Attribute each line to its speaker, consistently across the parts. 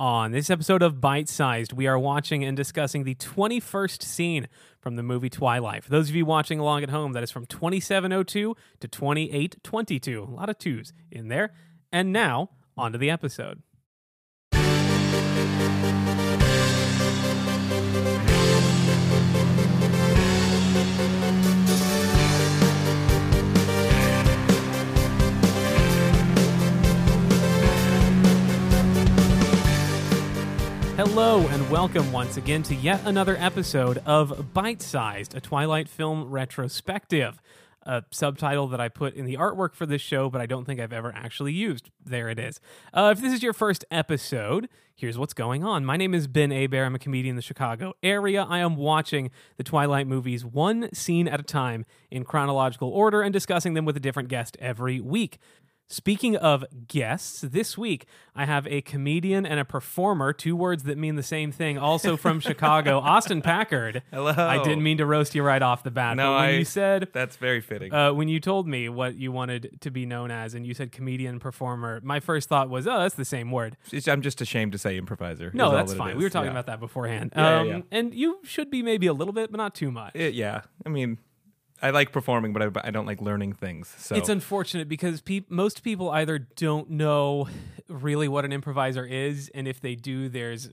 Speaker 1: On this episode of Bite Sized, we are watching and discussing the 21st scene from the movie Twilight. For those of you watching along at home, that is from 2702 to 2822. A lot of twos in there. And now, on to the episode. Hello, and welcome once again to yet another episode of Bite Sized, a Twilight film retrospective. A subtitle that I put in the artwork for this show, but I don't think I've ever actually used. There it is. Uh, if this is your first episode, here's what's going on. My name is Ben Abair. I'm a comedian in the Chicago area. I am watching the Twilight movies one scene at a time in chronological order and discussing them with a different guest every week. Speaking of guests, this week I have a comedian and a performer, two words that mean the same thing, also from Chicago, Austin Packard.
Speaker 2: Hello.
Speaker 1: I didn't mean to roast you right off the bat.
Speaker 2: No,
Speaker 1: but when
Speaker 2: I-
Speaker 1: you said
Speaker 2: That's very fitting.
Speaker 1: uh, when you told me what you wanted to be known as and you said comedian performer, my first thought was, oh, that's the same word.
Speaker 2: It's- I'm just ashamed to say improviser. is
Speaker 1: No,
Speaker 2: all
Speaker 1: that's
Speaker 2: that it
Speaker 1: fine.
Speaker 2: is.
Speaker 1: We were talking
Speaker 2: Yeah.
Speaker 1: about that beforehand.
Speaker 2: Yeah,
Speaker 1: um,
Speaker 2: yeah, yeah.
Speaker 1: And you should be maybe a little bit, but not too much.
Speaker 2: It- yeah. I mean, I like performing, but I, I don't like learning things. So
Speaker 1: It's unfortunate because peop most people either don't know really what an improviser is, and if they do, there's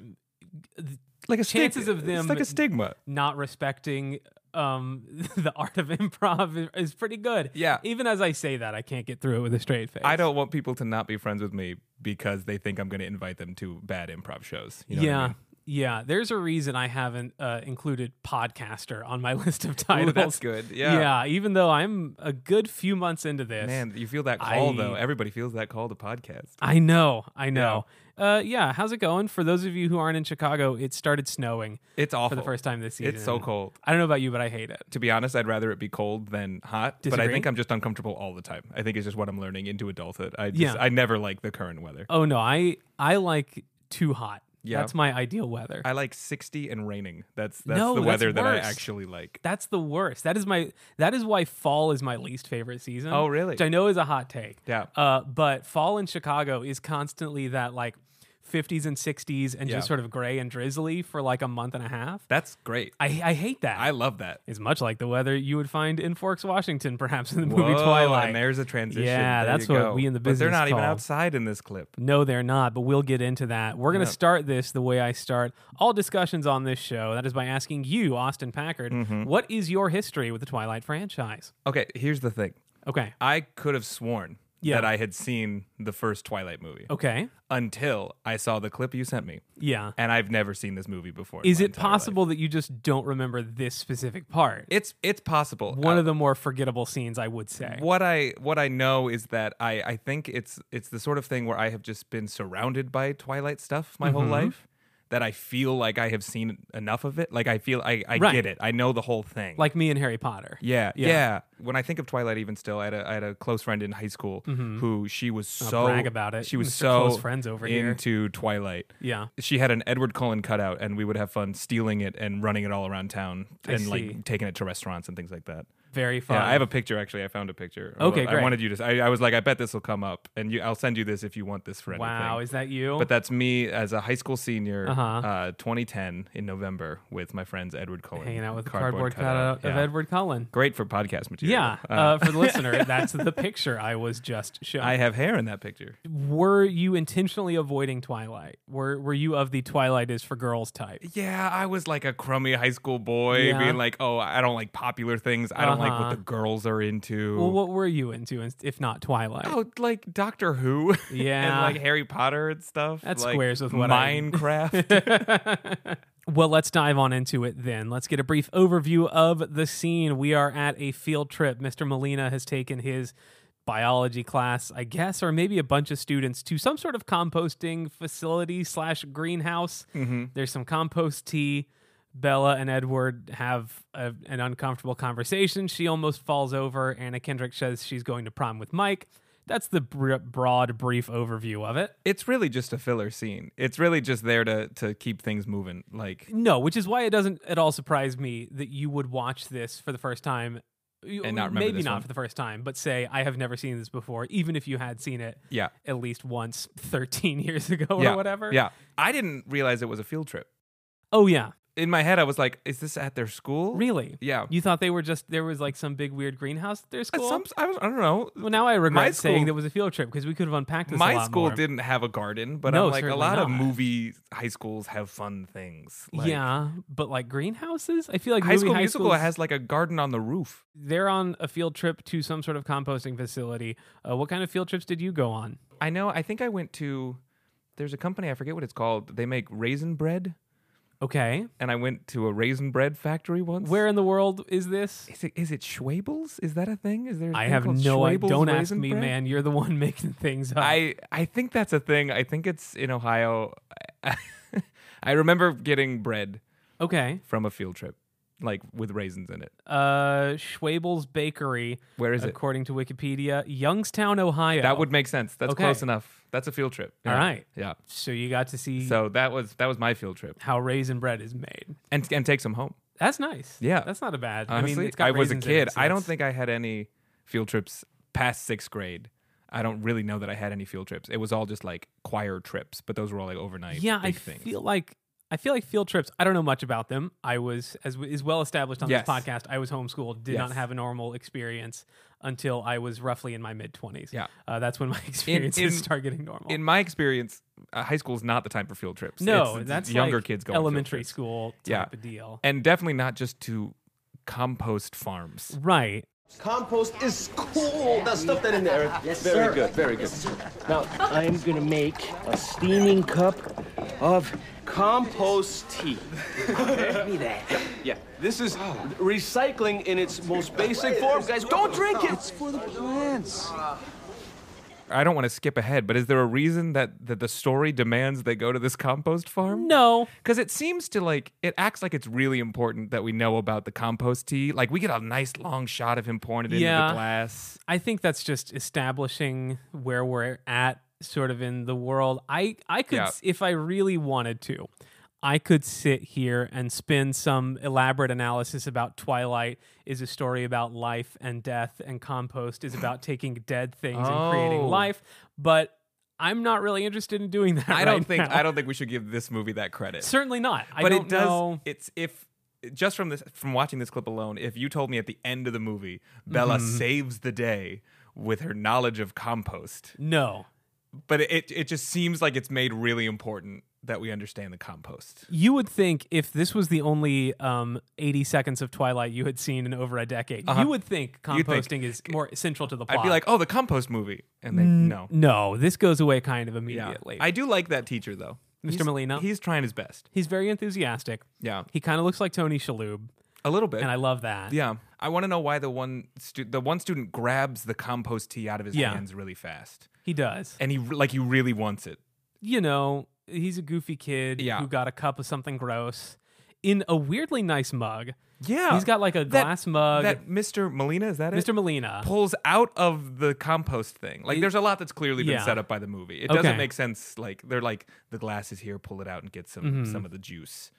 Speaker 2: like a
Speaker 1: chances of them-
Speaker 2: It's like a stigma.
Speaker 1: not respecting um, the art of improv is pretty good.
Speaker 2: Yeah.
Speaker 1: Even as I say that, I can't get through it with a straight face.
Speaker 2: I don't want people to not be friends with me because they think I'm going to invite them to bad improv shows. You know what I
Speaker 1: yeah.
Speaker 2: mean?
Speaker 1: Yeah, there's a reason I haven't uh, included podcaster on my list of
Speaker 2: Ooh,
Speaker 1: titles.
Speaker 2: that's good. Yeah.
Speaker 1: Yeah. even though I'm a good few months into this.
Speaker 2: Man, you feel that call
Speaker 1: I-
Speaker 2: though. Everybody feels that call to podcast.
Speaker 1: I know, I know. Uh, yeah, how's it going? For those of you who aren't in Chicago, it started snowing
Speaker 2: It's awful.
Speaker 1: for the first time this season.
Speaker 2: Oh, It's so cold.
Speaker 1: I don't know about you, but I hate it.
Speaker 2: To be honest, I'd rather it be cold than hot. But I
Speaker 1: Disagree?
Speaker 2: think I'm just uncomfortable all the time. I think it's just what I'm learning into adulthood. I just
Speaker 1: Yeah.
Speaker 2: I never like the current weather.
Speaker 1: Oh no, I I like too hot.
Speaker 2: Yeah.
Speaker 1: That's my ideal weather.
Speaker 2: I like 60 and raining. That's that's
Speaker 1: No,
Speaker 2: the
Speaker 1: that's
Speaker 2: weather that I
Speaker 1: worse.
Speaker 2: actually like.
Speaker 1: That's the worst. That is my that is why fall is my least favorite season.
Speaker 2: Oh, really?
Speaker 1: Which I know is a hot take.
Speaker 2: Yeah.
Speaker 1: Uh, but fall in Chicago is constantly that like 50s and 60s and
Speaker 2: Yeah.
Speaker 1: just sort of gray and drizzly for like a month and a half.
Speaker 2: That's great. I,
Speaker 1: I I hate that.
Speaker 2: love that.
Speaker 1: it's much like the weather you would find in Forks, Washington, perhaps in the
Speaker 2: Whoa,
Speaker 1: movie Twilight.
Speaker 2: And there's a transition.
Speaker 1: Yeah,
Speaker 2: There
Speaker 1: that's
Speaker 2: you
Speaker 1: what
Speaker 2: go.
Speaker 1: we in the
Speaker 2: But they're
Speaker 1: business
Speaker 2: not even
Speaker 1: call.
Speaker 2: outside in this clip.
Speaker 1: No, they're not, but we'll get into that. We're going to
Speaker 2: Yeah.
Speaker 1: start this the way I start all discussions on this show. That is by asking you, Austin Packard,
Speaker 2: Mm-hmm.
Speaker 1: what is your history with the Twilight franchise?
Speaker 2: Okay, here's the thing.
Speaker 1: Okay.
Speaker 2: I could have sworn
Speaker 1: Yeah. Oh.
Speaker 2: that I had seen the first Twilight movie
Speaker 1: Okay.
Speaker 2: until I saw the clip you sent me.
Speaker 1: Yeah.
Speaker 2: And I've never seen this movie before. in
Speaker 1: Is
Speaker 2: my
Speaker 1: it
Speaker 2: entire life.
Speaker 1: possible that you just don't remember this specific part?
Speaker 2: It's it's possible.
Speaker 1: One of the more forgettable scenes, I would say.
Speaker 2: what I what I know is that I I think it's it's the sort of thing where I have just been surrounded by Twilight stuff my
Speaker 1: Mm-hmm.
Speaker 2: whole life that I feel like I have seen enough of it. Like I feel I I
Speaker 1: Right.
Speaker 2: get it. I know the whole thing.
Speaker 1: Like me and Harry Potter.
Speaker 2: yeah,
Speaker 1: Yeah.
Speaker 2: yeah, When I think of Twilight, even still, I had a, I had a close friend in high school who she was so
Speaker 1: Mm-hmm. brag about it.
Speaker 2: She was
Speaker 1: Mr.
Speaker 2: so
Speaker 1: Close Friends over here.
Speaker 2: into Twilight.
Speaker 1: Yeah.
Speaker 2: She had an Edward Cullen cutout, and we would have fun stealing it and running it all around town, and
Speaker 1: see.
Speaker 2: like taking it to restaurants and things like that.
Speaker 1: Very fun.
Speaker 2: Yeah, Uh, I have a picture actually. I found a picture.
Speaker 1: Okay,
Speaker 2: I
Speaker 1: great.
Speaker 2: wanted you to. I, I was like, I bet this will come up, and you, I'll send you this if you want this for anything.
Speaker 1: wow. Is that you?
Speaker 2: but that's me as a high school senior,
Speaker 1: Uh-huh.
Speaker 2: uh, 2010 in November with my friends Edward Cullen,
Speaker 1: Hanging out with a cardboard, cutout of
Speaker 2: Yeah.
Speaker 1: Edward Cullen.
Speaker 2: Great for podcast material.
Speaker 1: Yeah. Uh, for the listener, that's the picture I was just showing.
Speaker 2: I have hair in that picture.
Speaker 1: were you intentionally avoiding Twilight? Were were you of the Twilight is for girls type?
Speaker 2: Yeah, I was like a crummy high school boy,
Speaker 1: Yeah.
Speaker 2: being like, "Oh, I don't like popular things. I don't like
Speaker 1: Uh-huh.
Speaker 2: what the girls are into."
Speaker 1: Well, what were you into in- if not Twilight?
Speaker 2: Oh, like Doctor Who,
Speaker 1: Yeah.
Speaker 2: and like Harry Potter and stuff.
Speaker 1: That
Speaker 2: like
Speaker 1: squares with what I-
Speaker 2: Minecraft.
Speaker 1: Well, let's dive on into it then. Let's get a brief overview of the scene. We are at a field trip. Mr. Molina has taken his biology class, I guess, or maybe a bunch of students to some sort of composting facility slash greenhouse. There's some compost tea. Bella and Edward have a, an uncomfortable conversation. She almost falls over. Anna Kendrick says she's going to prom with Mike. That's the br- broad, brief overview of it.
Speaker 2: it's really just a filler scene. It's really just there to to keep things moving. Like
Speaker 1: No, which is why it doesn't at all surprise me that you would watch this for the first time you-
Speaker 2: and not remember
Speaker 1: maybe
Speaker 2: this
Speaker 1: not
Speaker 2: one.
Speaker 1: for the first time, but say I have never seen this before, even if you had seen it
Speaker 2: Yeah.
Speaker 1: at least once 13 years ago
Speaker 2: yeah.
Speaker 1: or whatever.
Speaker 2: Yeah. I didn't realize it was a field trip.
Speaker 1: Oh yeah,
Speaker 2: In my head, I was like, is this at their school?
Speaker 1: really?
Speaker 2: Yeah.
Speaker 1: You thought they were just there was like some big weird greenhouse at their
Speaker 2: Uh,
Speaker 1: school.
Speaker 2: some- I, was- I don't know.
Speaker 1: well, now I regret
Speaker 2: my
Speaker 1: saying
Speaker 2: school-
Speaker 1: there was a field trip because we could have unpacked this. a
Speaker 2: my
Speaker 1: lot
Speaker 2: school
Speaker 1: more.
Speaker 2: didn't have a garden, but
Speaker 1: No,
Speaker 2: I'm like a
Speaker 1: certainly
Speaker 2: lot of
Speaker 1: not.
Speaker 2: movie high schools have fun things. Like,
Speaker 1: yeah, but like greenhouses, I feel like
Speaker 2: High
Speaker 1: movie
Speaker 2: School
Speaker 1: high
Speaker 2: Musical
Speaker 1: schools-
Speaker 2: has like a garden on the roof.
Speaker 1: They're on a field trip to some sort of composting facility. Uh, what kind of field trips did you go on?
Speaker 2: I know. I think I went to. There's a company I forget what it's called. They make raisin bread,
Speaker 1: Okay,
Speaker 2: and I went to a raisin bread factory once.
Speaker 1: where in the world is this?
Speaker 2: is it? Is it Schwabels? Is that a thing? Is there? I
Speaker 1: I have no idea. Don't ask me, man. You're the one making things up.
Speaker 2: I I think that's a thing. I think it's in Ohio. I, remember getting bread
Speaker 1: okay,
Speaker 2: from a field trip, like with raisins in it.
Speaker 1: uh, Schwabel's Bakery,
Speaker 2: Where is it?
Speaker 1: according to Wikipedia, Youngstown, Ohio.
Speaker 2: That would make sense. That's
Speaker 1: Okay.
Speaker 2: close enough. That's a field trip.
Speaker 1: All
Speaker 2: Yeah.
Speaker 1: right.
Speaker 2: Yeah.
Speaker 1: So you got to see
Speaker 2: So that was that was my field trip,
Speaker 1: how raisin bread is made.
Speaker 2: and and take some home.
Speaker 1: That's nice.
Speaker 2: Yeah.
Speaker 1: that's not a bad. I mean,
Speaker 2: Honestly,
Speaker 1: it's got
Speaker 2: was a
Speaker 1: raisins in it,
Speaker 2: kid.
Speaker 1: so
Speaker 2: I don't
Speaker 1: that's-
Speaker 2: think I had any field trips past sixth grade. I don't really know that I had any field trips. It was all just like choir trips, but those were all like overnight.
Speaker 1: Yeah,
Speaker 2: big
Speaker 1: I
Speaker 2: things.
Speaker 1: feel like I feel like field trips. I don't know much about them. I was as is well established on
Speaker 2: Yes.
Speaker 1: this podcast. I was homeschooled, did not
Speaker 2: Yes.
Speaker 1: have a normal experience until I was roughly in my mid twenties.
Speaker 2: Yeah.
Speaker 1: uh, that's when my experiences
Speaker 2: in-
Speaker 1: start getting normal.
Speaker 2: in my experience, uh, high school is not the time for field trips.
Speaker 1: no,
Speaker 2: It's- it's
Speaker 1: that's
Speaker 2: younger
Speaker 1: like
Speaker 2: kids going field
Speaker 1: elementary
Speaker 2: trips.
Speaker 1: school type
Speaker 2: Yeah.
Speaker 1: of deal.
Speaker 2: and definitely not just to compost farms.
Speaker 1: Right.
Speaker 3: Compost is cool. Now stuff that in there. Yes, very good, very good. Now I'm gonna make a steaming cup of compost tea. Give me that. Yeah, yeah. This is recycling in its most basic form, guys. Don't drink it. It's for the plants.
Speaker 2: I don't want to skip ahead, but is there a reason that, that the story demands they go to this compost farm?
Speaker 1: No.
Speaker 2: Because it seems to like, it acts like it's really important that we know about the compost tea. Like, we get a nice long shot of him pouring it into
Speaker 1: Yeah.
Speaker 2: the glass.
Speaker 1: I think that's just establishing where we're at sort of in the world. I I could
Speaker 2: Yeah.
Speaker 1: if I really wanted to. I could sit here and spin some elaborate analysis about Twilight is a story about life and death and compost is about taking dead things and creating
Speaker 2: Oh.
Speaker 1: life, but I'm not really interested in doing that.
Speaker 2: I
Speaker 1: right
Speaker 2: don't think
Speaker 1: now.
Speaker 2: I don't think we should give this movie that credit.
Speaker 1: certainly not. I
Speaker 2: but
Speaker 1: don't
Speaker 2: it does.
Speaker 1: know.
Speaker 2: It's if just from this from watching this clip alone, if you told me at the end of the movie Bella
Speaker 1: Mm-hmm.
Speaker 2: saves the day with her knowledge of compost,
Speaker 1: No.
Speaker 2: but it, it it just seems like it's made really important that we understand the compost.
Speaker 1: You would think if this was the only um, 80 seconds of Twilight you had seen in over a decade, you would think
Speaker 2: Uh-huh. You'd
Speaker 1: composting
Speaker 2: think-
Speaker 1: is more central to the plot.
Speaker 2: I'd be like, oh, the compost movie, and then no,
Speaker 1: no, this goes away kind of
Speaker 2: yeah.
Speaker 1: immediately.
Speaker 2: I do like that teacher though,
Speaker 1: Mr.
Speaker 2: He's-
Speaker 1: Molina?
Speaker 2: He's trying his best.
Speaker 1: He's very enthusiastic.
Speaker 2: Yeah,
Speaker 1: He kind of looks like Tony Shalhoub,
Speaker 2: a little bit.
Speaker 1: and I love that.
Speaker 2: yeah, I want to know why the one stu- the one student grabs the compost tea out of his
Speaker 1: Yeah.
Speaker 2: hands really fast,
Speaker 1: He does.
Speaker 2: and he re- like he really wants it.
Speaker 1: You know, he's a goofy kid
Speaker 2: Yeah.
Speaker 1: who got a cup of something gross in a weirdly nice mug.
Speaker 2: Yeah.
Speaker 1: He's got like a
Speaker 2: That-
Speaker 1: glass mug.
Speaker 2: That Mr. Molina, is that it?
Speaker 1: Mr. Molina.
Speaker 2: Pulls out of the compost thing. Like, there's a lot that's clearly been
Speaker 1: Yeah.
Speaker 2: set up by the movie. It
Speaker 1: Okay.
Speaker 2: doesn't make sense. Like, they're like, the glass is here, pull it out and get some,
Speaker 1: Mm-hmm.
Speaker 2: some of the juice.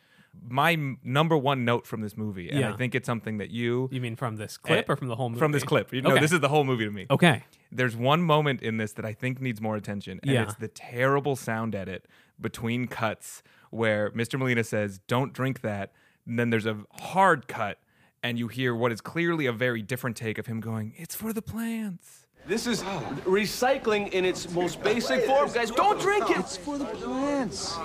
Speaker 2: My m- number one note from this movie, and I
Speaker 1: Yeah.
Speaker 2: think it's something that you,
Speaker 1: you mean from this clip
Speaker 2: Eh,
Speaker 1: or from the whole movie?
Speaker 2: from this clip, you know,
Speaker 1: Okay.
Speaker 2: this is the whole movie to me.
Speaker 1: Okay.
Speaker 2: There's one moment in this that I think needs more attention, and
Speaker 1: Yeah.
Speaker 2: it's the terrible sound edit between cuts where Mr. Molina says, "Don't drink that," and then there's a hard cut, and you hear what is clearly a very different take of him going, "It's for the plants."
Speaker 3: This is recycling in its most basic form, guys. Don't drink it. It's for the plants.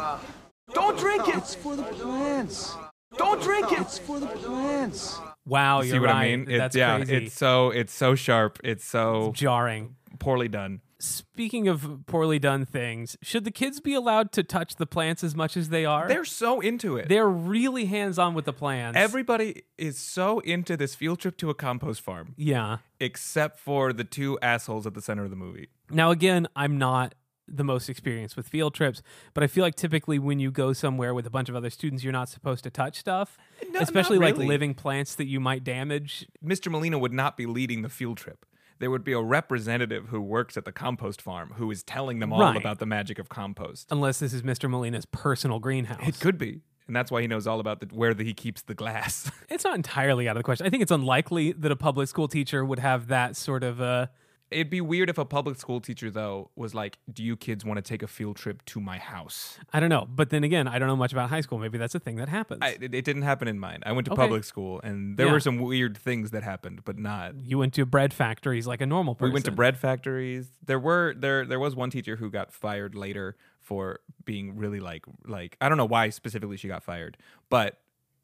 Speaker 3: Don't drink it. It's for the plants. Don't drink it. It's for the plants.
Speaker 1: Wow, you're
Speaker 2: See what
Speaker 1: right.
Speaker 2: I mean? It's,
Speaker 1: That's
Speaker 2: yeah,
Speaker 1: crazy.
Speaker 2: it's so it's so sharp, it's so
Speaker 1: jarring.
Speaker 2: poorly done.
Speaker 1: Speaking of poorly done things, should the kids be allowed to touch the plants as much as they are?
Speaker 2: They're so into it.
Speaker 1: They're really hands on with the plants.
Speaker 2: Everybody is so into this field trip to a compost farm,
Speaker 1: yeah.
Speaker 2: except for the two assholes at the center of the movie.
Speaker 1: Now again, I'm not the most experienced with field trips, but I feel like typically when you go somewhere with a bunch of other students, you're not supposed to touch stuff,
Speaker 2: No,
Speaker 1: especially
Speaker 2: not
Speaker 1: like
Speaker 2: really.
Speaker 1: living plants that you might damage.
Speaker 2: Mr. Molina would not be leading the field trip. There would be a representative who works at the compost farm who is telling them all
Speaker 1: Right.
Speaker 2: about the magic of compost.
Speaker 1: Unless this is Mr. Molina's personal greenhouse.
Speaker 2: It could be. and that's why he knows all about the, where the, he keeps the glass.
Speaker 1: It's not entirely out of the question. I think it's unlikely that a public school teacher would have that sort of uh
Speaker 2: It'd be weird if a public school teacher though was like, "Do you kids want to take a field trip to my house?"
Speaker 1: I don't know. But then again, I don't know much about high school. Maybe that's a thing that happens.
Speaker 2: I, it, it didn't happen in mine. I went to
Speaker 1: Okay.
Speaker 2: public school, and there
Speaker 1: Yeah.
Speaker 2: were some weird things that happened, but not.
Speaker 1: you went to bread factories like a normal person.
Speaker 2: We went to bread factories. There were there there was one teacher who got fired later for being really like like I don't know why specifically she got fired, but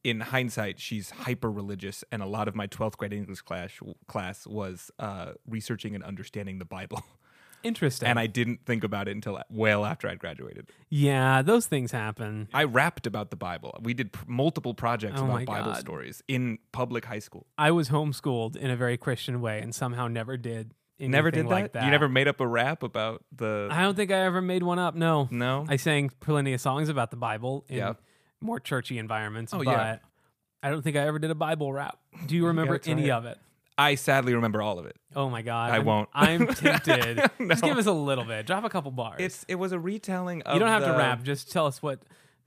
Speaker 2: in hindsight she's hyper religious and a lot of my 12th grade English class class was uh, researching and understanding the Bible.
Speaker 1: Interesting.
Speaker 2: And I didn't think about it until well after I'd graduated.
Speaker 1: yeah, those things happen.
Speaker 2: I rapped about the Bible. We did pr- multiple projects
Speaker 1: Oh my
Speaker 2: about Bible
Speaker 1: God.
Speaker 2: stories in public high school.
Speaker 1: I was homeschooled in a very Christian way and somehow never did. Anything
Speaker 2: Never did
Speaker 1: like that.
Speaker 2: You never made up a rap about the
Speaker 1: I don't think I ever made one up. No.
Speaker 2: No?
Speaker 1: I sang plenty of songs about the Bible in
Speaker 2: Yeah.
Speaker 1: more churchy environments,
Speaker 2: Oh,
Speaker 1: but
Speaker 2: yeah.
Speaker 1: I don't think I ever did a Bible rap. Do you remember
Speaker 2: gotta try
Speaker 1: any
Speaker 2: it.
Speaker 1: of it?
Speaker 2: I sadly remember all of it.
Speaker 1: Oh my god.
Speaker 2: I
Speaker 1: I'm-
Speaker 2: won't.
Speaker 1: I'm tempted. Just
Speaker 2: No.
Speaker 1: give us a little bit. Drop a couple bars.
Speaker 2: It's it was a retelling of
Speaker 1: you don't have to
Speaker 2: the-
Speaker 1: rap, just tell us what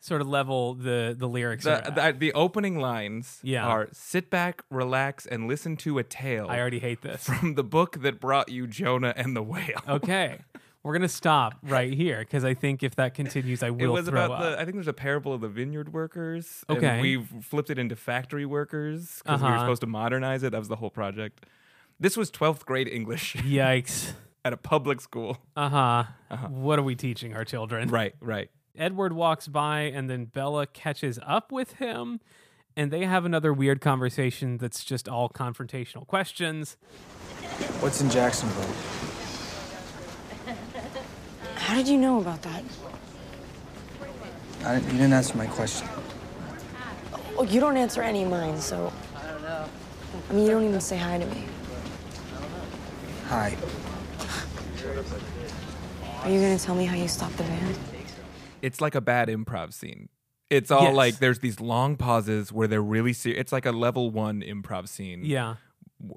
Speaker 1: sort of level the the lyrics are.
Speaker 2: The,
Speaker 1: at.
Speaker 2: the, the opening lines
Speaker 1: Yeah.
Speaker 2: are sit back, relax, and listen to a tale
Speaker 1: I already hate this.
Speaker 2: from the book that brought you Jonah and the whale.
Speaker 1: okay. We're gonna stop right here because I think if that continues, I
Speaker 2: It
Speaker 1: will
Speaker 2: was
Speaker 1: throw up.
Speaker 2: about the. I think there's a parable of the vineyard workers. and
Speaker 1: Okay.
Speaker 2: we've flipped it into factory workers because we were
Speaker 1: Uh-huh.
Speaker 2: supposed to modernize it. That was the whole project. This was 12th grade English
Speaker 1: Yikes.
Speaker 2: at a public school.
Speaker 1: Uh huh. What are we teaching our children?
Speaker 2: Uh-huh. Right, right.
Speaker 1: Edward walks by and then Bella catches up with him and they have another weird conversation that's just all confrontational questions.
Speaker 4: What's in Jacksonville?
Speaker 5: How did you know about that?
Speaker 4: I didn't, you didn't answer my question.
Speaker 5: Oh, you don't answer any of mine, so. I don't know. I mean, you don't even say hi to me.
Speaker 4: Hi.
Speaker 5: Are you gonna tell me how you stopped the van?
Speaker 2: It's like a bad improv scene. It's all
Speaker 1: Yes.
Speaker 2: like there's these long pauses where they're really serious. It's like a level one improv scene.
Speaker 1: Yeah.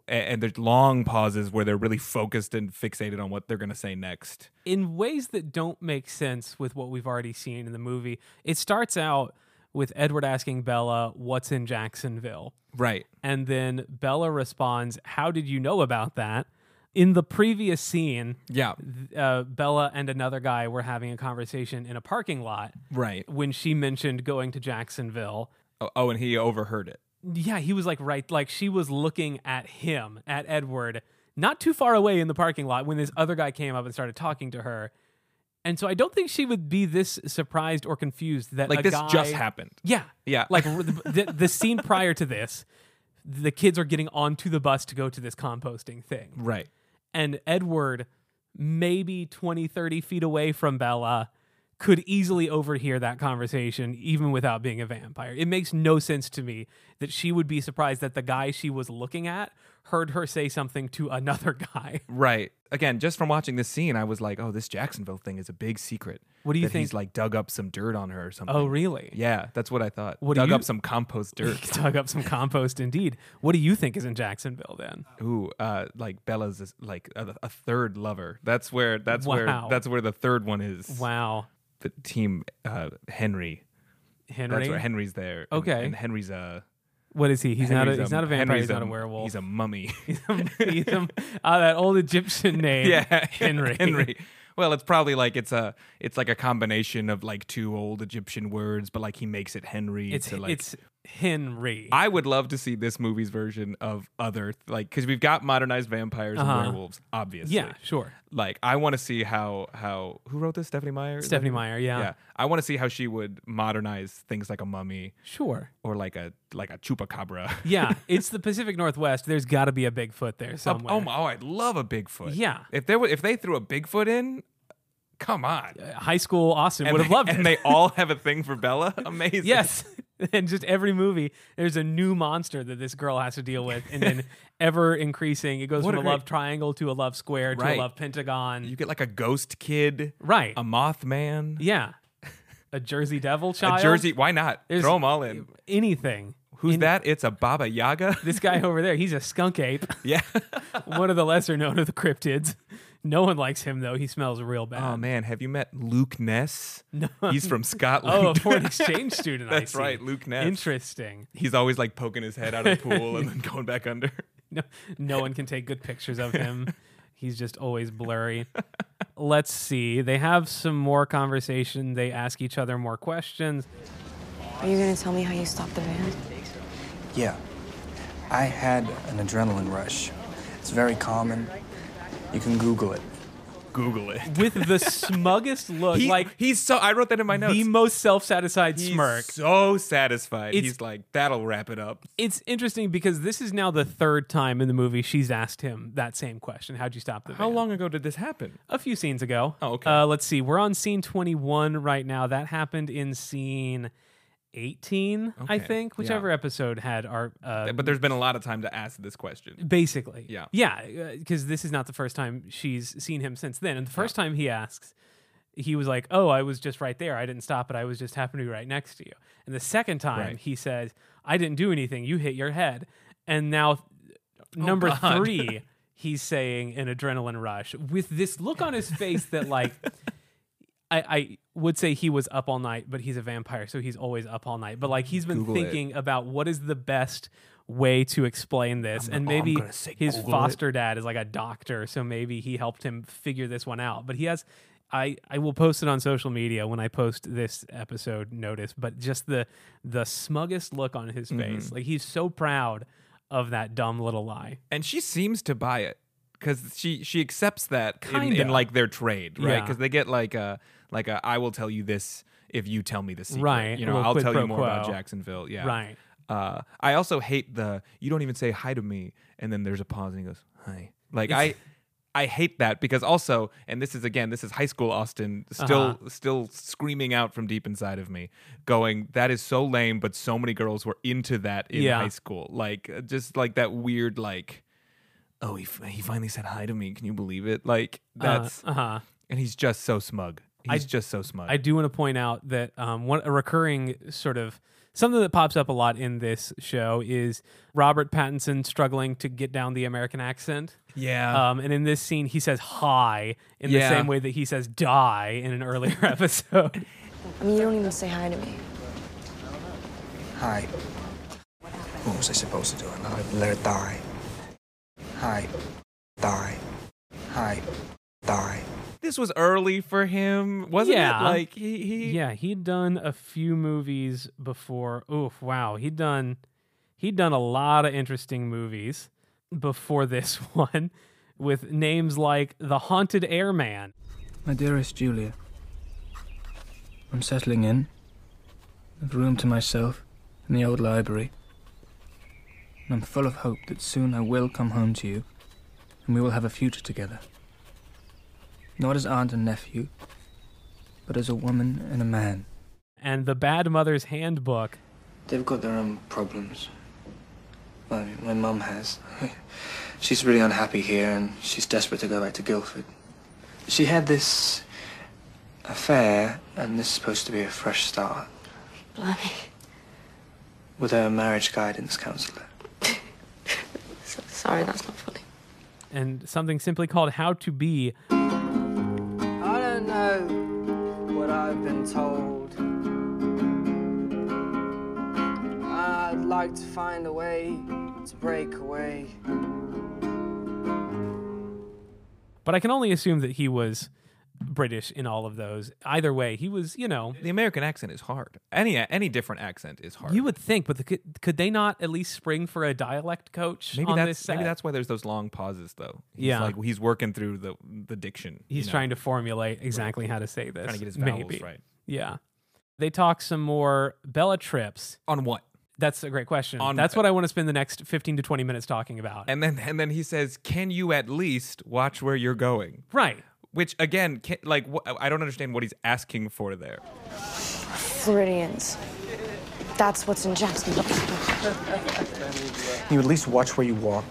Speaker 2: a- and there's long pauses where they're really focused and fixated on what they're going to say next.
Speaker 1: In ways that don't make sense with what we've already seen in the movie. It starts out with Edward asking Bella, What's in Jacksonville?
Speaker 2: Right.
Speaker 1: And then Bella responds, How did you know about that? In the previous scene,
Speaker 2: Yeah.
Speaker 1: th- uh, Bella and another guy were having a conversation in a parking lot
Speaker 2: Right.
Speaker 1: when she mentioned going to Jacksonville.
Speaker 2: Oh, oh, and he overheard it.
Speaker 1: Yeah, he was like right, like she was looking at him, at Edward, not too far away in the parking lot when this other guy came up and started talking to her. And so I don't think she would be this surprised or confused that
Speaker 2: Like
Speaker 1: a
Speaker 2: this
Speaker 1: guy-
Speaker 2: just happened.
Speaker 1: Yeah,
Speaker 2: Yeah.
Speaker 1: Like r- the, the scene prior to this, the kids are getting onto the bus to go to this composting thing
Speaker 2: Right.
Speaker 1: and Edward, maybe 20, 30 feet away from Bella, could easily overhear that conversation even without being a vampire. It makes no sense to me that she would be surprised that the guy she was looking at heard her say something to another guy.
Speaker 2: Right. Again, just from watching this scene, I was like, "Oh, this Jacksonville thing is a big secret."
Speaker 1: What do you
Speaker 2: that He's
Speaker 1: think-
Speaker 2: like dug up some dirt on her or something.
Speaker 1: Oh, really?
Speaker 2: Yeah, that's what I thought.
Speaker 1: What do
Speaker 2: dug
Speaker 1: you-
Speaker 2: up some compost dirt.
Speaker 1: Dug up some compost indeed. What do you think is in Jacksonville then?
Speaker 2: Ooh, uh, like Bella's is, like a, a third lover. That's where. That's where.
Speaker 1: Wow.
Speaker 2: That's where the third one is.
Speaker 1: Wow.
Speaker 2: The team uh, Henry.
Speaker 1: Henry.
Speaker 2: That's where Henry's there. and-
Speaker 1: Okay.
Speaker 2: And Henry's uh
Speaker 1: what is he? He's not
Speaker 2: Henry's
Speaker 1: a he's not a vampire,
Speaker 2: Henry's
Speaker 1: he's not a, werewolf.
Speaker 2: He's a mummy.
Speaker 1: He's a- ah, that old Egyptian name.
Speaker 2: yeah,
Speaker 1: Henry.
Speaker 2: Henry. Well, it's probably like it's a it's like a combination of like two old Egyptian words, but like he makes it Henry.
Speaker 1: It's
Speaker 2: to like,
Speaker 1: it's Henry.
Speaker 2: I would love to see this movie's version of other like because we've got modernized vampires and werewolves, obviously.
Speaker 1: Uh-huh. yeah, sure.
Speaker 2: Like I want to see how how who wrote this Stephanie Meyer. Is that
Speaker 1: Stephanie
Speaker 2: who-
Speaker 1: Meyer, yeah.
Speaker 2: yeah. I want to see how she would modernize things like a mummy
Speaker 1: Sure.
Speaker 2: or like a like a chupacabra.
Speaker 1: Yeah, it's the Pacific Northwest. There's got to be a Bigfoot there
Speaker 2: Some-
Speaker 1: somewhere.
Speaker 2: Oh, my, oh, I'd love a Bigfoot.
Speaker 1: Yeah.
Speaker 2: If there were, if they threw a Bigfoot in, come on.
Speaker 1: High school Austin
Speaker 2: And
Speaker 1: would have
Speaker 2: they-
Speaker 1: loved
Speaker 2: And
Speaker 1: it.
Speaker 2: they all have a thing for Bella. Amazing.
Speaker 1: yes. and just every movie, there's a new monster that this girl has to deal with, and then ever increasing. It goes
Speaker 2: What
Speaker 1: from a,
Speaker 2: a great-
Speaker 1: love triangle to a love square to
Speaker 2: Right.
Speaker 1: a love pentagon.
Speaker 2: You get like a ghost kid,
Speaker 1: right.
Speaker 2: a Mothman,
Speaker 1: yeah. A Jersey Devil
Speaker 2: a
Speaker 1: child.
Speaker 2: Jersey. Why not? Throw
Speaker 1: There's-
Speaker 2: 'em Throw them all in.
Speaker 1: Anything.
Speaker 2: Who's that? It's a Baba Yaga.
Speaker 1: This guy over there, he's a skunk ape,
Speaker 2: yeah.
Speaker 1: one of the lesser known of the cryptids. No one likes him though. He smells real bad.
Speaker 2: Oh man, have you met Luke Ness? No, he's from Scotland.
Speaker 1: oh, a foreign exchange student. I
Speaker 2: That's
Speaker 1: see.
Speaker 2: right, Luke Ness.
Speaker 1: Interesting.
Speaker 2: he's always like poking his head out of the pool and then going back under.
Speaker 1: No, no one can take good pictures of him. He's just always blurry. Let's see. They have some more conversation. They ask each other more questions.
Speaker 5: Are you gonna tell me how you stopped the van?
Speaker 4: Yeah. I had an adrenaline rush. It's very common. You can Google it.
Speaker 2: Google it.
Speaker 1: With the smuggest look,
Speaker 2: He-
Speaker 1: like
Speaker 2: he's so. I wrote that in my notes.
Speaker 1: the most self-satisfied
Speaker 2: He's
Speaker 1: smirk.
Speaker 2: So satisfied.
Speaker 1: It's-
Speaker 2: he's like, that'll wrap it up.
Speaker 1: It's interesting because this is now the third time in the movie she's asked him that same question. How'd you stop the van?
Speaker 2: How long ago did this happen?
Speaker 1: a few scenes ago.
Speaker 2: Oh, okay.
Speaker 1: Uh, let's see. We're on scene 21 right now. That happened in scene 18, I
Speaker 2: Okay,
Speaker 1: think.
Speaker 2: yeah.
Speaker 1: Whichever episode had our. Uh,
Speaker 2: But there's been a lot of time to ask this question.
Speaker 1: basically.
Speaker 2: Yeah.
Speaker 1: Yeah. Because this is not the first time she's seen him since then. And the first time he asks, he was like, Oh, I was just right there. I didn't stop it. I was just happened to be right next to you. And the second time
Speaker 2: Right.
Speaker 1: he says, I didn't do anything. You hit your head. And now, number
Speaker 2: Oh, God.
Speaker 1: three, he's saying an adrenaline rush with this look on his face that, like, I, I would say he was up all night, but he's a vampire, so he's always up all night. But like he's been
Speaker 2: Google it.
Speaker 1: thinking about what is the best way to explain this, and
Speaker 2: I'm
Speaker 1: maybe
Speaker 2: gonna say
Speaker 1: his
Speaker 2: Google it.
Speaker 1: foster dad is like a doctor, so maybe he helped him figure this one out. But he has, I I will post it on social media when I post this episode notice. But just the the smuggest look on his
Speaker 2: Mm-hmm.
Speaker 1: face, like he's so proud of that dumb little lie.
Speaker 2: And she seems to buy it because she she accepts that in, in
Speaker 1: Kinda.
Speaker 2: like their trade, right?
Speaker 1: Yeah.
Speaker 2: Because they get like a like a I will tell you this if you tell me the secret.
Speaker 1: Right,
Speaker 2: You
Speaker 1: a
Speaker 2: know,
Speaker 1: little
Speaker 2: I'll
Speaker 1: quid
Speaker 2: tell
Speaker 1: pro
Speaker 2: you more about
Speaker 1: quo.
Speaker 2: Jacksonville. Yeah.
Speaker 1: Right.
Speaker 2: Uh, I also hate the you don't even say hi to me, and then there's a pause and he goes hi. Like I. I hate that because also, and this is again, this is high school Austin still
Speaker 1: Uh-huh.
Speaker 2: still screaming out from deep inside of me, going, "That is so lame." But so many girls were into that in
Speaker 1: Yeah.
Speaker 2: high school, like uh, just like that weird, like, oh, he, f- he finally said hi to me. Can you believe it? Like that's,
Speaker 1: Uh huh.
Speaker 2: and he's just so smug. He's just so smug.
Speaker 1: I do want to point out that um, one a recurring sort of something that pops up a lot in this show is Robert Pattinson struggling to get down the American accent.
Speaker 2: yeah,
Speaker 1: Um, and in this scene, he says "hi" in
Speaker 2: Yeah.
Speaker 1: the same way that he says "die" in an earlier episode.
Speaker 5: I mean, you don't even say hi to me.
Speaker 4: Hi. What was I supposed to do? I'm gonna let it die. Hi. Die. Hi. Die.
Speaker 2: this was early for him, wasn't
Speaker 1: Yeah.
Speaker 2: it? Like he, he
Speaker 1: yeah, he'd done a few movies before. Oof, wow, he'd done he'd done a lot of interesting movies before this one, with names like The Haunted Airman.
Speaker 6: My dearest Julia, I'm settling in. I've room to myself in the old library. And I'm full of hope that soon I will come home to you and we will have a future together. Not as aunt and nephew, but as a woman and a man.
Speaker 1: and the Bad Mother's Handbook.
Speaker 6: They've got their own problems. My, my mum has. She's really unhappy here and she's desperate to go back to Guildford. She had this affair, and this is supposed to be a fresh start,
Speaker 5: Blimey,
Speaker 6: with her marriage guidance counsellor.
Speaker 5: so, sorry, that's not funny.
Speaker 1: And something simply called How to Be.
Speaker 7: I don't know what I've been told. I'd like to find a way to break away.
Speaker 1: But I can only assume that he was British in all of those. Either way, he was, you know,
Speaker 2: The American accent is hard. Any any different accent is hard.
Speaker 1: you would think, but the, could, could they not at least spring for a dialect coach
Speaker 2: maybe
Speaker 1: on
Speaker 2: that's
Speaker 1: this set?
Speaker 2: maybe that's why there's those long pauses though. He's
Speaker 1: Yeah.
Speaker 2: like he's working through the the diction.
Speaker 1: He's
Speaker 2: you know,
Speaker 1: trying to formulate exactly how to say this.
Speaker 2: trying to get his vowels
Speaker 1: maybe.
Speaker 2: right.
Speaker 1: Yeah. They talk some more Bella trips.
Speaker 2: On what?
Speaker 1: That's a great question.
Speaker 2: On-
Speaker 1: that's what I want to spend the next 15 to 20 minutes talking about.
Speaker 2: And then and then he says, "Can you at least watch where you're going?"
Speaker 1: right.
Speaker 2: Which again, can, like wh- I don't understand what he's asking for there.
Speaker 5: Floridians. That's what's in Jacksonville.
Speaker 4: You at least watch where you walk.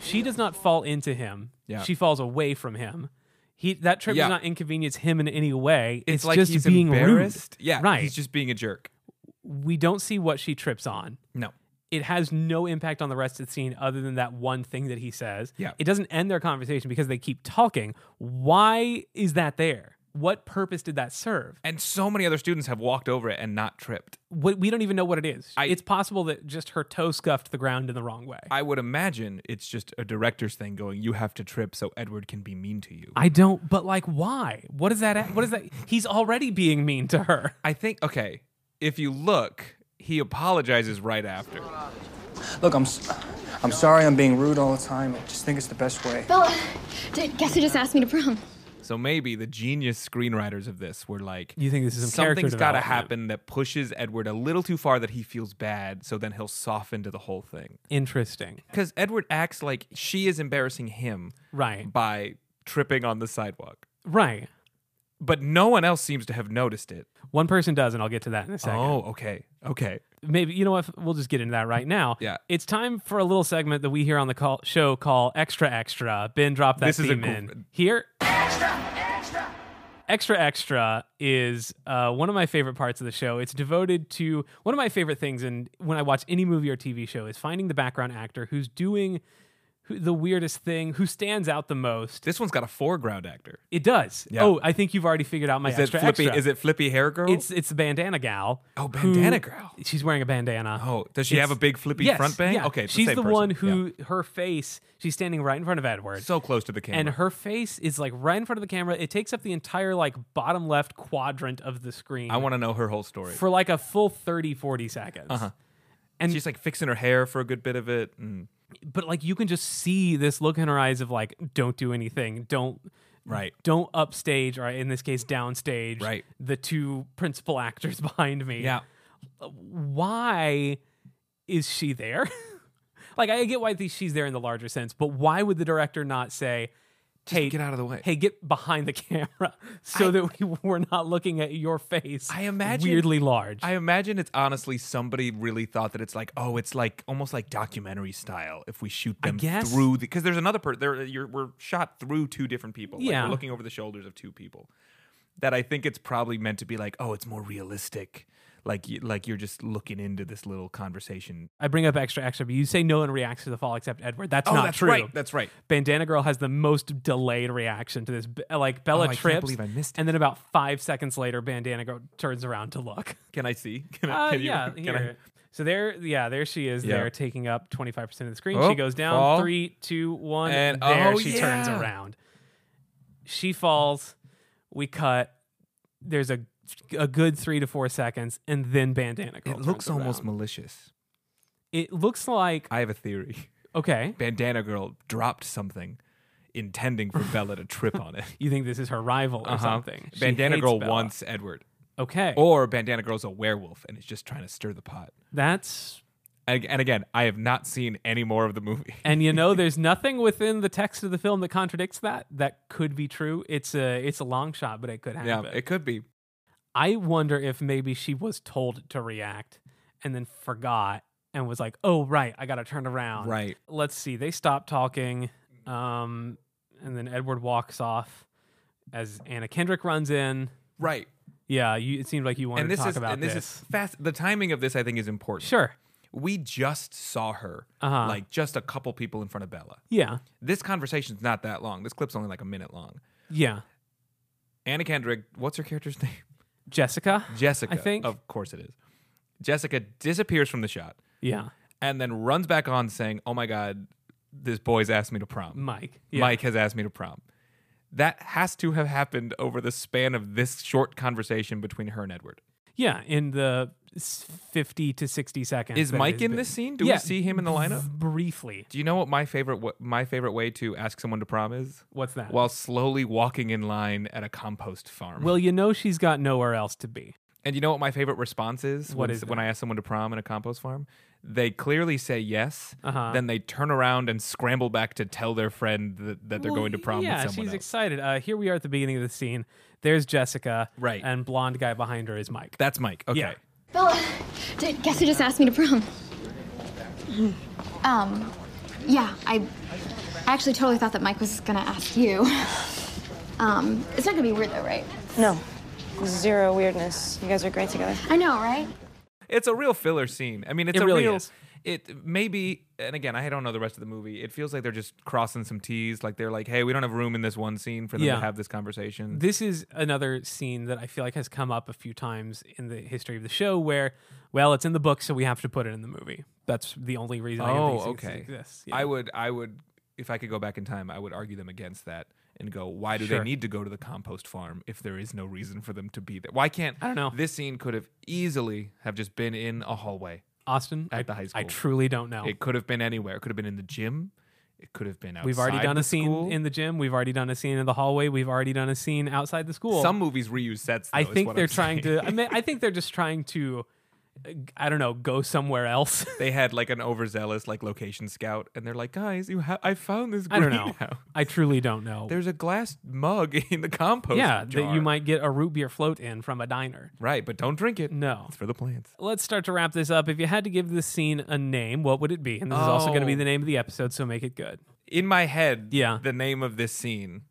Speaker 1: she does not fall into him.
Speaker 2: Yeah.
Speaker 1: She falls away from him. He that trip
Speaker 2: Yeah.
Speaker 1: does not inconvenience him in any way. It's,
Speaker 2: It's, like
Speaker 1: just
Speaker 2: he's
Speaker 1: being
Speaker 2: embarrassed.
Speaker 1: rude.
Speaker 2: Yeah,
Speaker 1: right.
Speaker 2: He's just being a jerk.
Speaker 1: we don't see what she trips on.
Speaker 2: No,
Speaker 1: It has no impact on the rest of the scene other than that one thing that he says.
Speaker 2: Yeah.
Speaker 1: It doesn't end their conversation because they keep talking. Why is that there? What purpose did that serve?
Speaker 2: And so many other students have walked over it and not tripped.
Speaker 1: What, we don't even know what it is.
Speaker 2: I-
Speaker 1: it's possible that just her toe scuffed the ground in the wrong way.
Speaker 2: I would imagine it's just a director's thing going, you have to trip so Edward can be mean to you.
Speaker 1: I don't, but like, why? What is that? What is that? He's already being mean to her.
Speaker 2: I think, okay, if you look, he apologizes right after.
Speaker 6: Look, I'm, s- I'm sorry I'm being rude all the time. I just think it's the best way.
Speaker 8: Bella, d- guess who just asked me to prom?
Speaker 2: So maybe the genius screenwriters of this were like,
Speaker 1: You think this is some character
Speaker 2: something's gotta
Speaker 1: development.
Speaker 2: happen that pushes Edward a little too far that he feels bad, so then he'll soften to the whole thing.
Speaker 1: Interesting.
Speaker 2: Because Edward acts like she is embarrassing him
Speaker 1: Right.
Speaker 2: by tripping on the sidewalk.
Speaker 1: Right.
Speaker 2: But no one else seems to have noticed it.
Speaker 1: One person does, and I'll get to that in a second.
Speaker 2: Oh, okay. Okay.
Speaker 1: Maybe you know what? We'll just get into that right now.
Speaker 2: Yeah.
Speaker 1: It's time for a little segment that we hear on the call, show call "Extra Extra." Ben, drop that
Speaker 2: This is a
Speaker 1: theme
Speaker 2: cool-
Speaker 1: in here. Extra Extra is uh, one of my favorite parts of the show. It's devoted to one of my favorite things, and when I watch any movie or TV show, is finding the background actor who's doing who, the weirdest thing, who stands out the most.
Speaker 2: This one's got a foreground actor.
Speaker 1: It does.
Speaker 2: Yeah.
Speaker 1: Oh, I think you've already figured out my
Speaker 2: Is
Speaker 1: extra
Speaker 2: it flippy?
Speaker 1: extra.
Speaker 2: Is it flippy hair girl?
Speaker 1: It's it's the bandana gal.
Speaker 2: Oh,
Speaker 1: who-
Speaker 2: bandana girl.
Speaker 1: She's wearing a bandana.
Speaker 2: Oh, does she
Speaker 1: It's-
Speaker 2: have a big flippy
Speaker 1: Yes,
Speaker 2: front bang?
Speaker 1: yeah.
Speaker 2: Okay, it's the
Speaker 1: she's
Speaker 2: same
Speaker 1: the,
Speaker 2: person.
Speaker 1: one who her face. She's standing right in front of Edward,
Speaker 2: so close to the camera.
Speaker 1: and her face is like right in front of the camera. It takes up the entire like bottom left quadrant of the screen.
Speaker 2: I want to know her whole story.
Speaker 1: for like a full 30, 40 seconds.
Speaker 2: Uh-huh. and she's like fixing her hair for a good bit of it. And,
Speaker 1: But like you can just see this look in her eyes of like, don't do anything, don't
Speaker 2: right.
Speaker 1: don't upstage or in this case downstage
Speaker 2: Right.
Speaker 1: the two principal actors behind me.
Speaker 2: Yeah.
Speaker 1: why is she there? like, I get why the- she's there in the larger sense, but why would the director not say, "Hey,
Speaker 2: get out of the way."
Speaker 1: Hey, get behind the camera, so that we, we're not looking at your face.
Speaker 2: I imagine-
Speaker 1: weirdly large.
Speaker 2: I imagine it's honestly somebody really thought that it's like, oh, it's like almost like documentary style if we shoot them
Speaker 1: guess.
Speaker 2: through the because there's another person there you're we're shot through two different people. Like,
Speaker 1: Yeah.
Speaker 2: we're looking over the shoulders of two people. That I think it's probably meant to be like, oh, it's more realistic. Like you, like you're just looking into this little conversation.
Speaker 1: I bring up extra extra, but you say no one reacts to the fall except Edward. That's
Speaker 2: oh,
Speaker 1: not
Speaker 2: that's
Speaker 1: true.
Speaker 2: right. That's right.
Speaker 1: Bandana Girl has the most delayed reaction to this. B- Like Bella
Speaker 2: Oh, I can't
Speaker 1: trips,
Speaker 2: believe I missed
Speaker 1: and then about five seconds later, Bandana Girl turns around to look.
Speaker 2: Can I see? Can I,
Speaker 1: Uh,
Speaker 2: can you-
Speaker 1: yeah,
Speaker 2: can
Speaker 1: here.
Speaker 2: I-
Speaker 1: So there, yeah, there she is.
Speaker 2: Yeah.
Speaker 1: There, taking up twenty five percent of the screen.
Speaker 2: Oh,
Speaker 1: she goes down.
Speaker 2: fall.
Speaker 1: Three, two, one.
Speaker 2: And-
Speaker 1: there
Speaker 2: oh,
Speaker 1: she turns
Speaker 2: yeah.
Speaker 1: around. She falls. We cut. There's a a good three to four seconds, and then bandana. Girl
Speaker 2: It looks
Speaker 1: turns
Speaker 2: almost
Speaker 1: around.
Speaker 2: malicious.
Speaker 1: It looks like
Speaker 2: I have a theory.
Speaker 1: okay.
Speaker 2: Bandana Girl dropped something, intending for Bella to trip on it.
Speaker 1: You think this is her rival or
Speaker 2: Uh-huh.
Speaker 1: something? She
Speaker 2: Bandana
Speaker 1: hates
Speaker 2: Girl Oh.
Speaker 1: Bella.
Speaker 2: wants Edward,
Speaker 1: Okay,
Speaker 2: or Bandana Girl's a werewolf and is just trying to stir the pot.
Speaker 1: that's
Speaker 2: And, and again, I have not seen any more of the movie.
Speaker 1: and you know there's nothing within the text of the film that contradicts that. That could be true. It's a it's a long shot, but it could happen.
Speaker 2: yeah, it could be.
Speaker 1: I wonder if maybe she was told to react and then forgot and was like, "Oh right, I got to turn around."
Speaker 2: Right.
Speaker 1: Let's see. They stop talking, um, and then Edward walks off as Anna Kendrick runs in.
Speaker 2: Right.
Speaker 1: Yeah, you, it seemed like you wanted
Speaker 2: And this
Speaker 1: to talk
Speaker 2: is
Speaker 1: about
Speaker 2: and this, is fast. The timing of this, I think, is important.
Speaker 1: sure.
Speaker 2: We just saw her,
Speaker 1: Uh-huh.
Speaker 2: like just a couple people in front of Bella.
Speaker 1: Yeah,
Speaker 2: This conversation's not that long. This clip's only like a minute long.
Speaker 1: yeah.
Speaker 2: Anna Kendrick, what's her character's name?
Speaker 1: Jessica.
Speaker 2: Jessica.
Speaker 1: I think.
Speaker 2: Of course it is. Jessica disappears from the shot
Speaker 1: yeah,
Speaker 2: and then runs back on saying, Oh my God, this boy's asked me to prom.
Speaker 1: Mike. Yeah.
Speaker 2: Mike has asked me to prom. That has to have happened over the span of this short conversation between her and Edward.
Speaker 1: Yeah, in the s- fifty to sixty seconds.
Speaker 2: Is
Speaker 1: that it
Speaker 2: Mike
Speaker 1: has
Speaker 2: in
Speaker 1: been.
Speaker 2: this scene? Do
Speaker 1: Yeah,
Speaker 2: we see him in the lineup?
Speaker 1: briefly?
Speaker 2: Do you know what my favorite what my favorite way to ask someone to prom is?
Speaker 1: What's that?
Speaker 2: While slowly walking in line at a compost farm.
Speaker 1: well, you know she's got nowhere else to be.
Speaker 2: And you know what my favorite response is?
Speaker 1: What
Speaker 2: when,
Speaker 1: is
Speaker 2: when I ask someone to prom in a compost farm? They clearly say yes,
Speaker 1: Uh-huh.
Speaker 2: then they turn around and scramble back to tell their friend that, that they're
Speaker 1: Well,
Speaker 2: going to prom
Speaker 1: yeah,
Speaker 2: with someone
Speaker 1: she's
Speaker 2: else.
Speaker 1: excited. Uh, here we are at the beginning of the scene. There's Jessica,
Speaker 2: Right.
Speaker 1: and blonde guy behind her is Mike.
Speaker 2: That's Mike. Okay.
Speaker 1: Yeah.
Speaker 8: Bella, uh, d- guess who just asked me to prom? Um, yeah, I, I actually totally thought that Mike was gonna ask you. Um, it's not gonna be weird though, right?
Speaker 5: No. Zero weirdness. You guys are great together.
Speaker 8: I know, right?
Speaker 2: It's a real filler scene. I mean, it's
Speaker 1: It
Speaker 2: a
Speaker 1: really
Speaker 2: real
Speaker 1: is.
Speaker 2: it maybe and again i don't know the rest of the movie it feels like they're just crossing some t's like they're like hey we don't have room in this one scene for them
Speaker 1: Yeah.
Speaker 2: to have this conversation
Speaker 1: This is another scene that I feel like has come up a few times in the history of the show where, well, it's in the book, so we have to put it in the movie. That's the only reason I
Speaker 2: oh
Speaker 1: think these things
Speaker 2: okay
Speaker 1: exist.
Speaker 2: i
Speaker 1: Yeah.
Speaker 2: would i would if i could go back in time i would argue them against that and go why do
Speaker 1: Sure.
Speaker 2: they need to go to the compost farm if there is no reason for them to be there why can't i
Speaker 1: don't know.
Speaker 2: this scene could have easily have just been in a hallway
Speaker 1: Austin,
Speaker 2: at
Speaker 1: I,
Speaker 2: the high
Speaker 1: I
Speaker 2: school.
Speaker 1: truly don't know.
Speaker 2: it could have been anywhere it could have been in the gym it could have been outside
Speaker 1: We've already done
Speaker 2: the
Speaker 1: a scene
Speaker 2: school.
Speaker 1: in the gym. We've already done a scene in the hallway. We've already done a scene outside the school.
Speaker 2: some movies reuse sets though,
Speaker 1: I
Speaker 2: is
Speaker 1: think
Speaker 2: what
Speaker 1: they're
Speaker 2: I'm
Speaker 1: trying
Speaker 2: saying.
Speaker 1: to. I mean, I think they're just trying to. uh, I don't know. Go somewhere else.
Speaker 2: they had like an overzealous like location scout and they're like guys you ha- i found this
Speaker 1: I don't know.
Speaker 2: greenhouse.
Speaker 1: I truly don't know.
Speaker 2: there's a glass mug in the compost
Speaker 1: yeah, that
Speaker 2: jar."
Speaker 1: you might get a root beer float in from a diner.
Speaker 2: right but don't drink it
Speaker 1: No.
Speaker 2: it's for the plants
Speaker 1: Let's start to wrap this up. If you had to give this scene a name, what would it be? And this is also going to be
Speaker 2: Oh.
Speaker 1: the name of the episode, so make it good.
Speaker 2: in my head
Speaker 1: Yeah.
Speaker 2: the name of this scene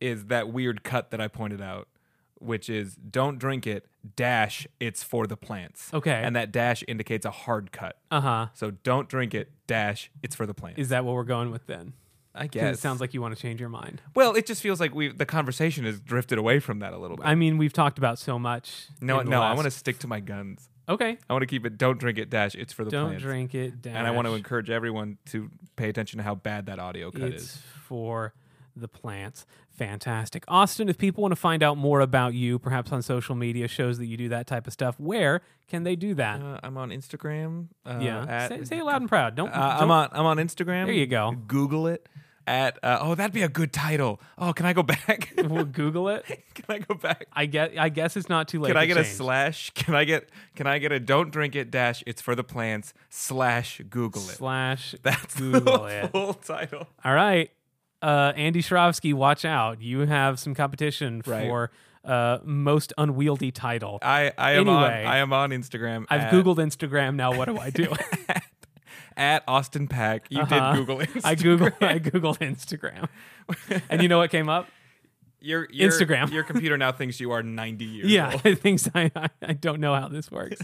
Speaker 2: is that weird cut that i pointed out which is don't drink it dash it's for the plants
Speaker 1: Okay.
Speaker 2: and that dash indicates a hard cut
Speaker 1: Uh huh.
Speaker 2: so don't drink it dash it's for the plants
Speaker 1: Is that what we're going with then?
Speaker 2: i
Speaker 1: 'Cause
Speaker 2: guess
Speaker 1: it sounds like you want to change your mind.
Speaker 2: well it just feels like we the conversation has drifted away from that a little bit
Speaker 1: I mean, we've talked about so much.
Speaker 2: no
Speaker 1: in the
Speaker 2: no i
Speaker 1: last-
Speaker 2: want to stick to my guns
Speaker 1: Okay.
Speaker 2: I want to keep it. Don't drink it. Dash. It's for the
Speaker 1: Don't
Speaker 2: plants.
Speaker 1: drink it. Dash.
Speaker 2: And I want to encourage everyone to pay attention to how bad that audio cut
Speaker 1: it's
Speaker 2: is.
Speaker 1: for the plants. Fantastic. Austin, if people want to find out more about you, perhaps on social media shows that you do that type of stuff, where can they do that?
Speaker 2: Uh, I'm on Instagram. Uh,
Speaker 1: yeah.
Speaker 2: at-
Speaker 1: say, say it loud and proud. Don't,
Speaker 2: Uh,
Speaker 1: don't-
Speaker 2: I'm on. I'm on Instagram.
Speaker 1: There you go.
Speaker 2: Google it. At uh, oh, that'd be a good title. Oh, can I go back? can
Speaker 1: we'll Google it.
Speaker 2: I go back?
Speaker 1: I guess I guess it's not too late.
Speaker 2: Can
Speaker 1: to
Speaker 2: I get a
Speaker 1: change.
Speaker 2: slash? Can I get? Can I get a? Don't drink it. Dash. It's for the plants. Slash. Google it.
Speaker 1: slash?
Speaker 2: That's
Speaker 1: Google
Speaker 2: the
Speaker 1: it.
Speaker 2: full title.
Speaker 1: All right, uh, Andy Shrovsky, watch out! You have some competition
Speaker 2: Right.
Speaker 1: for uh, most unwieldy title.
Speaker 2: I I am on.
Speaker 1: Anyway.
Speaker 2: I am on Instagram.
Speaker 1: I've
Speaker 2: at-
Speaker 1: Googled Instagram. Now what do I do?
Speaker 2: at Austin Pack. You
Speaker 1: Uh,
Speaker 2: did Google Instagram.
Speaker 1: I Googled. I Googled Instagram, and you know what came up?
Speaker 2: your, your
Speaker 1: Instagram.
Speaker 2: your computer now thinks you are 90 years
Speaker 1: Yeah, uh,
Speaker 2: old.
Speaker 1: I think so. I, I- I don't know how this works.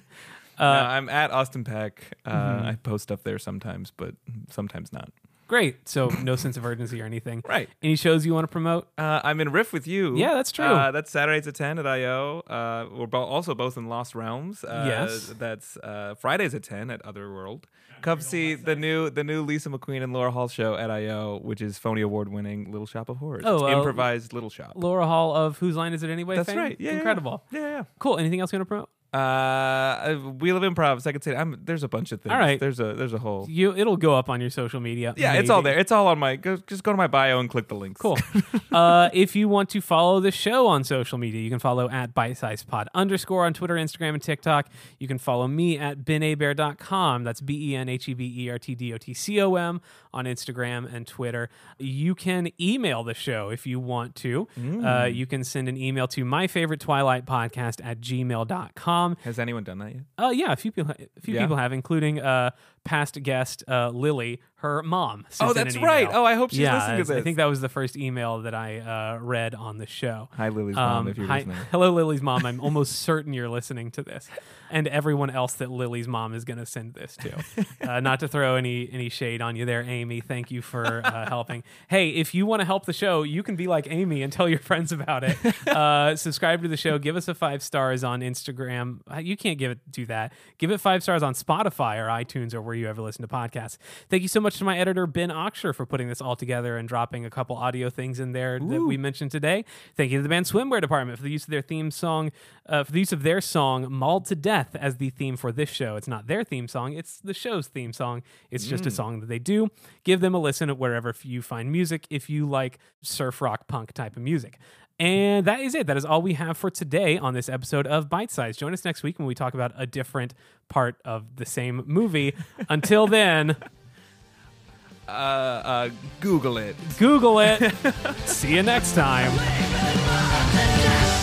Speaker 2: No, I'm at Austin Pack. Uh,
Speaker 1: Mm-hmm.
Speaker 2: I post stuff there sometimes, but sometimes not.
Speaker 1: Great. So no sense of urgency or anything.
Speaker 2: Right.
Speaker 1: Any shows you want to promote?
Speaker 2: Uh, I'm in Riff with you.
Speaker 1: Yeah, that's true.
Speaker 2: Uh, that's Saturdays at 10 at IO. Uh, we're bo- also both in Lost Realms. Uh,
Speaker 1: Yes.
Speaker 2: That's uh, Fridays at 10 at Otherworld. Come see the new the new Lisa McQueen and Laura Hall show at IO, which is Phony Award winning Little Shop of Horrors.
Speaker 1: Oh,
Speaker 2: It's
Speaker 1: uh,
Speaker 2: improvised Little Shop.
Speaker 1: Laura Hall of Whose Line Is It Anyway?
Speaker 2: That's
Speaker 1: fame?
Speaker 2: right. Yeah, yeah, yeah.
Speaker 1: Incredible.
Speaker 2: Yeah, yeah.
Speaker 1: Cool. Anything else you want to promote?
Speaker 2: Uh, Wheel of Improv, Second City. I'm, there's a bunch of things.
Speaker 1: All right.
Speaker 2: There's a there's a whole.
Speaker 1: You it'll go up on your social media.
Speaker 2: Yeah, it's all
Speaker 1: maybe.
Speaker 2: there. It's all on my. Go, just go to my bio and click the links.
Speaker 1: Cool. uh, if you want to follow the show on social media, you can follow at bite size pod underscore on Twitter, Instagram, and TikTok. You can follow me at benabear.com. That's B E N H E B E R T D O T C O M on Instagram and Twitter. You can email the show if you want to. Uh,
Speaker 2: Mm.
Speaker 1: you can send an email to my favorite Twilight podcast at gmail.com.
Speaker 2: Has anyone done that yet?
Speaker 1: Uh, yeah, a few people, a few
Speaker 2: Yeah.
Speaker 1: people have, including uh, past guest uh, Lily, her mom. sent
Speaker 2: Oh,
Speaker 1: in an
Speaker 2: that's
Speaker 1: email.
Speaker 2: right. Oh, I hope she's
Speaker 1: yeah,
Speaker 2: listening to
Speaker 1: I
Speaker 2: this.
Speaker 1: think that was the first email that I uh, read on the show. Um,
Speaker 2: Hi, Lily's mom, if you're
Speaker 1: hi-
Speaker 2: listening.
Speaker 1: hello, Lily's mom. I'm almost certain you're listening to this, and everyone else that Lily's mom is going to send this to. uh, not to throw any any shade on you there, Amy. Thank you for uh, helping. Hey, if you want to help the show, you can be like Amy and tell your friends about it. Uh, subscribe to the show. Give us a five stars on Instagram. Uh, You can't give it do that. Give it five stars on Spotify or iTunes or where you ever listen to podcasts. Thank you so much to my editor Ben Oxshire for putting this all together and dropping a couple audio things in there that we mentioned today. Thank you to the band Swimwear Department for the use of their theme song, uh, for the use of their song "Mauled to Death" as the theme for this show. It's not their theme song; it's the show's theme song. It's just a song that they do. Give them a listen at wherever f- you find music if you like surf rock punk type of music. And that is it. That is all we have for today on this episode of Bite Size. Join us next week when we talk about a different part of the same movie. Until then,
Speaker 2: Uh, uh, Google it.
Speaker 1: Google it. See you next time.
Speaker 9: Leave it all to death.